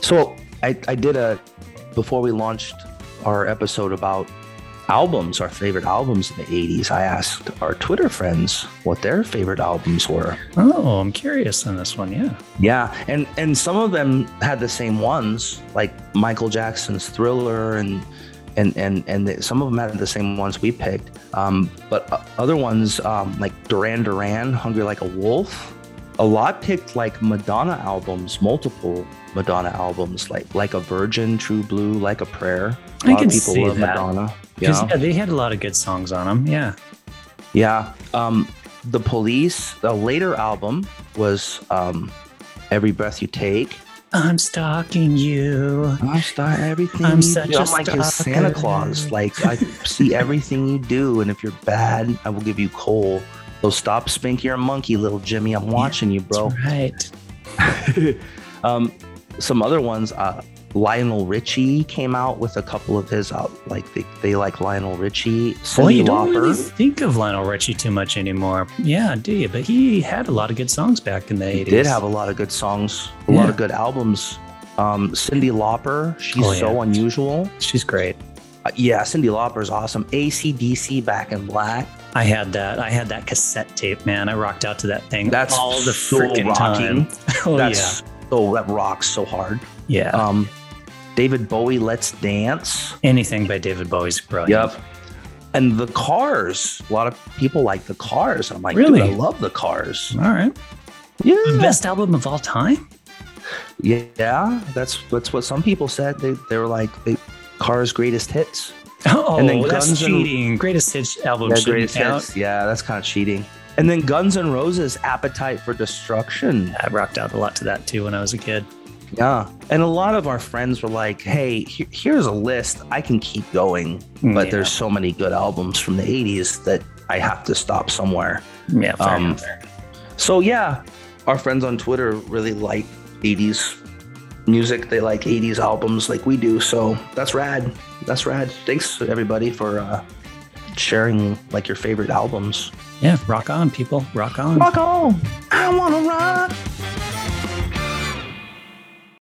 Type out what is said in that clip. So I, I did a before we launched our episode about albums, our favorite albums in the 80s, I asked our Twitter friends what their favorite albums were. Oh, I'm curious on this one. Yeah. Yeah, and and some of them had the same ones, like Michael Jackson's Thriller, and and and and the, some of them had the same ones we picked. Um, but o- other ones um, like Duran Duran, Hungry Like a Wolf. A lot picked like Madonna albums, multiple Madonna albums, like like a Virgin, True Blue, like a Prayer. A I lot can of people see love that. Madonna. you 'Cause, know? yeah, they had a lot of good songs on them. Yeah. Yeah. Um, the Police, the later album was um, Every Breath You Take. I'm stalking you. I star everything. I'm you such do. a I'm like his stalker. Santa Claus. Like I see everything you do, and if you're bad, I will give you coal. So stop, Spink. You're a monkey, little Jimmy. I'm watching you, bro. That's right. um, some other ones. Uh, Lionel Richie came out with a couple of his out. like they, they like Lionel Richie. Well, Cyndi you don't Lauper. really think of Lionel Richie too much anymore. Yeah, do you? But he had a lot of good songs back in the 80s. He did have a lot of good songs, a lot of good albums. Um, Cindy Lauper, she's Oh, yeah. so unusual. She's great. Uh, yeah, Cindy Lauper's awesome. ACDC, Back in Black. I had that. I had that cassette tape, man. I rocked out to that thing That's all the so freaking rocking. time. Oh That's so that rocks so hard. yeah, yeah. Um, David Bowie, Let's Dance. Uh, Anything by David Bowie's brilliant. And the Cars. A lot of people like the Cars. I'm like, Really? dude, I love the Cars. All right. Yeah, Best album of all time. yeah. That's that's what some people said. They they were like, they, Cars' greatest hits. Oh, And then that's Guns N' cheating. Greatest hits album Yeah, should be greatest out. hits. Yeah, that's kind of cheating. And then Guns N' Roses' Appetite for Destruction. I rocked out a lot to that too when I was a kid. Yeah. And a lot of our friends were like, hey, he- here's a list. I can keep going, but Yeah. there's so many good albums from the 80s that I have to stop somewhere. Yeah, fair Um, enough. So, yeah, our friends on Twitter really like 80s music. They like 80s albums like we do. So, that's rad. That's rad. Thanks, everybody, for uh, sharing like your favorite albums. yeah, rock on, people, rock on. on. I want to run.